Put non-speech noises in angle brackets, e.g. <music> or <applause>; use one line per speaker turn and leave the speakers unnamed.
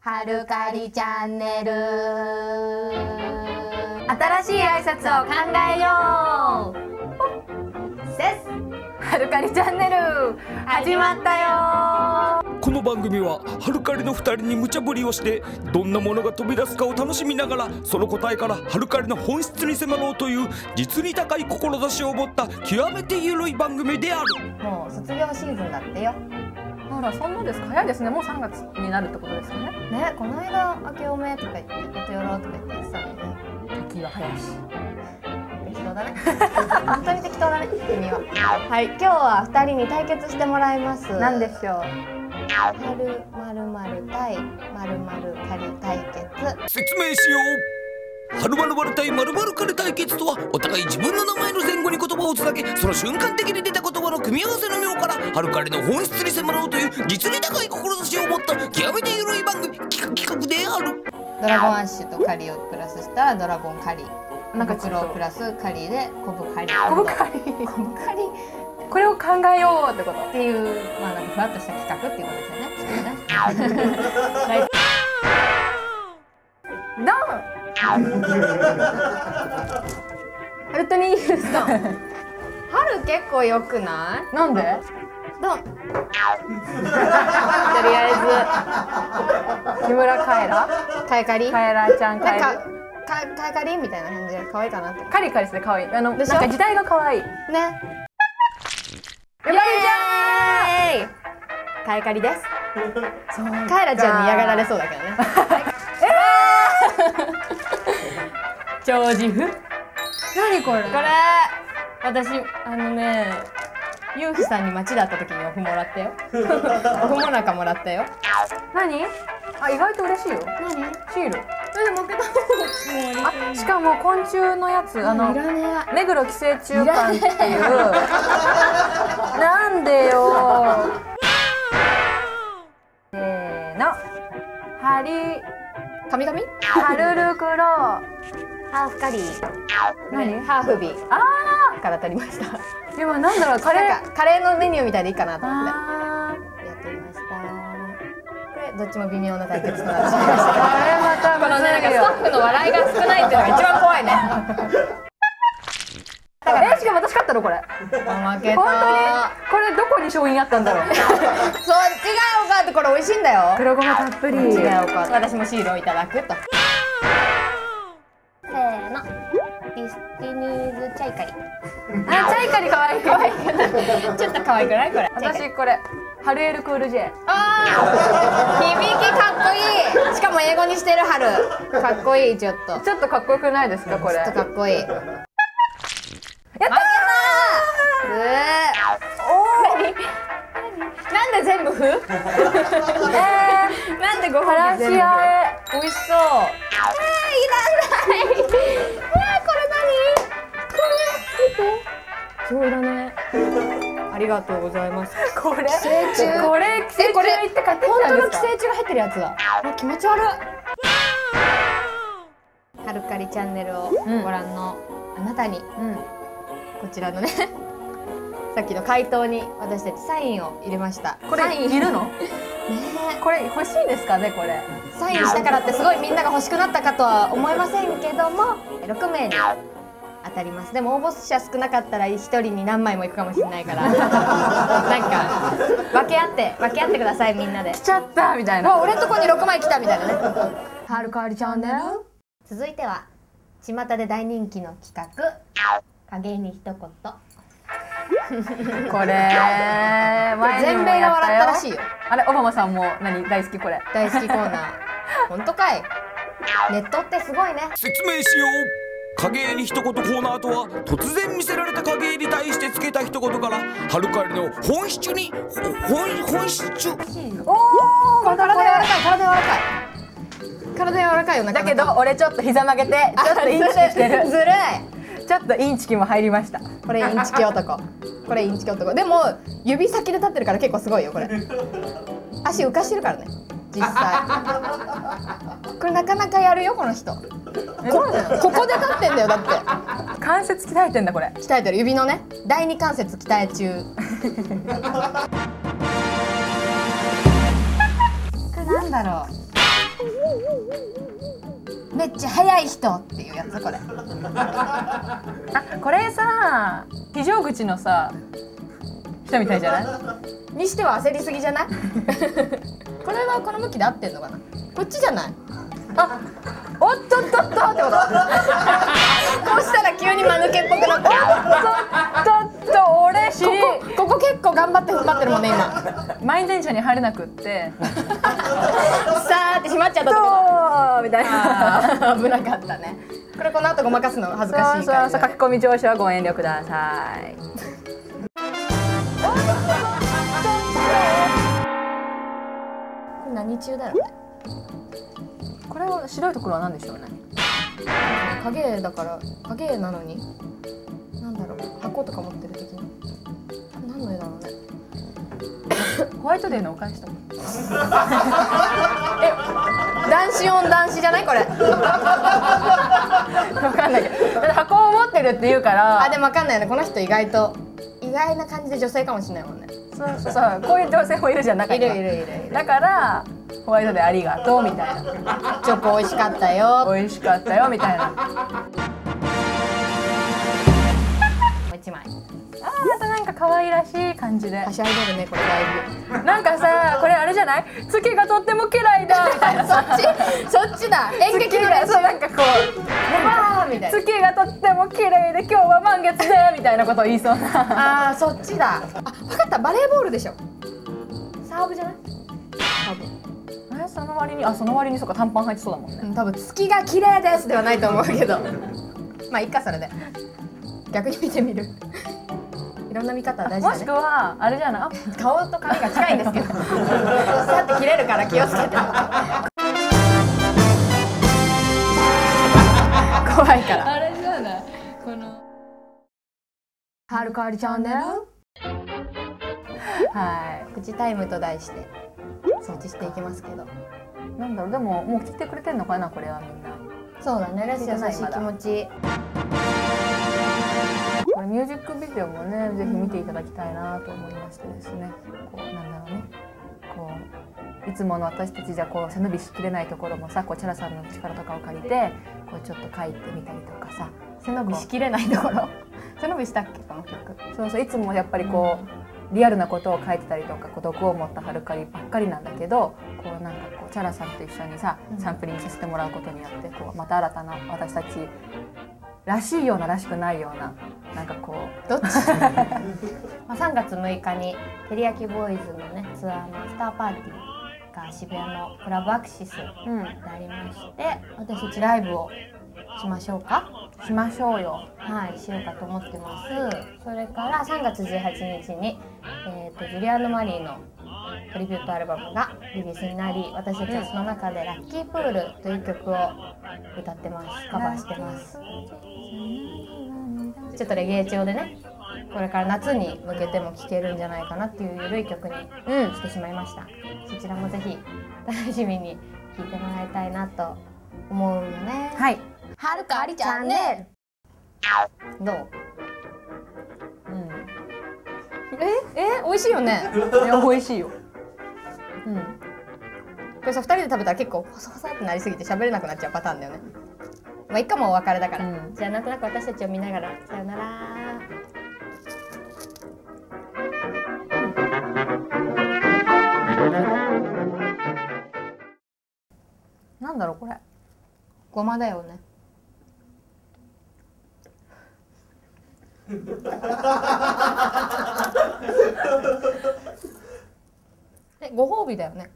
はるかりチャンネル新しい挨拶を考えようせっすはるかりチャンネル始まったよ
この番組はハルカリの2人に無茶ぶりをしてどんなものが飛び出すかを楽しみながらその答えからハルカリの本質に迫ろうという実に高い志を持った極めて緩い番組である
もう卒業シーズンだってよ
あらそんなですか早いですねもう3月になるってことですよね
ねこの間明けおめとか言ってまたやろうとか言って言ってたのにね
時は早いし
適当だね本当に適当だね君ははい今日は二人に対決してもらいます
何でしょう
はるまるまる対まるまるかり対決
説明しようはるばるばる対まるばるかる対決とはお互い自分の名前の前後に言葉をつなげその瞬間的に出た言葉の組み合わせの妙からハルカリの本質に迫ろうという実に高い志を持った極めて緩い番組企画企画である
ドラゴンアッシュとカリをプラスしたらドラゴンカリ
なんかちょっと
袋をプラスカリでコブカリ
小ぶかり
コブカリ
これを考えようってこと
っていうまあなんかふわっとした企画っていうことですよねきっとね
ドン <laughs> ハルトニーヒルストン
春結構良くない
なんで
ドンとりあ
木村カエラ
えずカイカリ
カエラちゃんカエ
なんか
ル
かカイカリみたいな感じ <laughs> で可愛いかなってね
カリカリして可愛いあのな
で
ん
しょ
か時代が可愛い
イエーイカイカリです
そう
カエラちゃんに嫌がられそうだけどね
長寿婦何これ
これ私あのねゆうひさんに街で会った時におふもら <laughs> ったよおふもなかもらったよ
何あ意外と嬉しいよ
何うん、
シール
負けたもうも
あしかも昆虫のやつあの
いらね
目黒寄生虫館っていうなんで
<laughs>
よせーのハリ
え神々
ハルルクロ
ハーフカリー
何
ハーフビー
あ
から足りました
でもなんだろうカレ
なん
ー
かカレーのメニューみたいでいいかなと思って
あ
やってみましたこれどっちも微妙な対決となってしまいまし
ー
た
あれまた
<laughs> このね <laughs> なんかスタッフの笑いが少ないっていうのが一番怖いね
えしかも私勝ったのこれ
あ負けた
本当にこれどこに勝因あったんだろう
そっちがよかってこれ美味しいんだよ
黒ごまたっぷり
違うか私もシールをいただくと <laughs> せーのディスティニーズチャイカリ
あチャイカリ可愛い可愛い
ちょっと可愛くないこれ
私これハルエルクール J
あー響きかっこいいしかも英語にしてる春かっこいいちょっと
ちょっとかっこよくないですかこれ
ちょっとかっこいいやった
やった
ー何なんで全部ふ
ーえー
なんでご
ハラ
飯
シ
全部
アエ
美味しそうあーい
<laughs>
らないえーこれ何
そうだね
ありがとうございます。
これ寄
生虫
これ寄生
えこ
虫
れ
行って買ってき
本
た
当
んで
の
す
寄
か
生虫が入ってるやつだ。あ気持ち悪い。はるかりチャンネルを
うん
ご覧のあなたに、
うん
こちらのねさっきの回答に私たちサインを入れました。
こ
サイン
れいるの
ね
これ欲しいですかねこれ
えサインしたからってすごいみんなが欲しくなったかとは思いませんけども6名に当たりますでも応募者少なかったら1人に何枚もいくかもしれないから
<laughs>
なんか分け合って分け合ってくださいみんなで
来ちゃったみたい
わ俺んとこに6枚来たみたいなね
はるかりチャンネル
続いては巷で大人気の企画影に一言
これ前に
全
も
米が
やったよ
笑ったらしいよ
あれオバマさんも何大好きこれ
大好きコーナー本当かいネットってすごいね
説明しよう影絵に一言コーナーとは突然見せられた影絵に対してつけた一言からはるかりの本質にほ本本質
おおまた
体
こ
柔
れ
らかい体柔らかい体柔らかいよな
だけ
ど
ど俺ちょっと膝曲げてちょっとインチキしてる
ずる
ちょっとインチキも入りました
いこれインチキ男これインチキ男でも指先で立ってるから結構すごいよこれ足浮かしてるからね実際これなかなかやるよこの人こここで立ってんだよだって
関節鍛えてんだこれ
鍛えてる指のね第二関節鍛え中これなんだろうめっちゃ速い人っていうやつこれ
あこれさ非常口のさ人みたいじゃない
にしては焦りすぎじゃない <laughs> これはこの向きで合ってんのかなこっちじゃない
あ
おっとっとっとってことこうしたら急に間抜けっぽくなって
ちょっと俺知り
るここここ結構頑張って踏ん張ってるもんね今
満員電車に入れなくって
さーって閉まっちゃったとこだ
そうみたいな
あー危なかったねこれこの後ごまかすの恥ずかしい
そう
から
そうそう書き込み上司はご遠慮ください
これ何中だろうね
これは白いところは何でしょうね
影絵だから影絵なのになんだろう箱とか持ってる的な何の絵だろうね
ホワイトデーのお返しとか
男子音男子じゃないこれ
分かんないけどだって箱を持ってるって言うから
あでもわかんないねこの人意外と意外な感じで女性かもしれないもんね
そうそうそうこういう女性もいるじゃん中
い
に
る
はい
るいるいる
だからホワイトでありがとうみたいな
チョコ美味しかったよ
美味しかったよみたいなあ
もう一枚
ーまたなんか可愛らしい感じで
はしゃいでるねこれだいぶ
なんかさこれあれじゃない月がとっても嫌いだみたいな
そ
<laughs>
っちそっちだ演劇の練習
そうなんかこ
わーみたいうな
月がとっても綺麗で今日は満月でみたいなことを言いそうな
あーそっちだあ分かったバレーボールでしょサーブじゃない多分
えその割にあその割にそうか短パン履いてそうだもんね
うん多分月が綺麗ですではないと思うけど <laughs> まあいいかそれで逆に見てみる <laughs> いろんな見方は大事
も
だ
し
ね
くはあれじゃないあ
顔と髪が近いんですけどさって切れるから気をつけて <laughs> 怖いから
あれじゃないこの
はるかわりチャンネル
は
プチタイムと題して掃除していきますけど
いなんだろうでももう聞いてくれてんのかなこれはみんな
そうだねラジオ優しい気持ち
これミュージックビデオもねぜひ見ていただきたいなと思いましてですねこうなんだろうねこういつもの私たちじゃこう背伸びしきれないところもさこうチャラさんの力とかを借りてこうちょっと書いてみたりとかさ背伸びし
きれないと
<laughs>
ころ背伸びしたっけこの曲
そうそういつもやっぱりこうリアルなことを書いてたりとかこう毒を持ったハルカリばっかりなんだけどこうなんかこうチャラさんと一緒にさ
うん
サンプリングさせてもらうことによってこうまた新たな私たちらしいようならしくないようななんかこう
どっちまあ3月6日にてりやきボーイズのねツアーのアフターパーティーが渋谷のクラブアクシス
うん、
なりまして私たちライブをしましょうか
しましょうよ。
はいしようかと思ってますそれから3月18日に、えー、とジュリアン・マリーのトリビュートアルバムがリリースになり私たちはその中で「ラッキープール」という曲を歌ってますカバーしてますちょっとレゲエ調でねこれから夏に向けても聴けるんじゃないかなっていう緩い曲に
うん
してしまいましたそちらもぜひ楽しみに聴いてもらいたいなと思うよね
はい。
はるかありチャンネルどう
うん。
ええ美味しい
<laughs>
よね
いや美味しいよ。うん。
これさ2人で食べたら結構ホサホサってなりすぎて喋れなくなっちゃうパターンだよねまあいっかもうお別れだから、
うん
じゃあなんとなく私たちを見ながらさよなら
なんだろうこれ。
ごまだよ
<laughs>
ねえご褒美だよね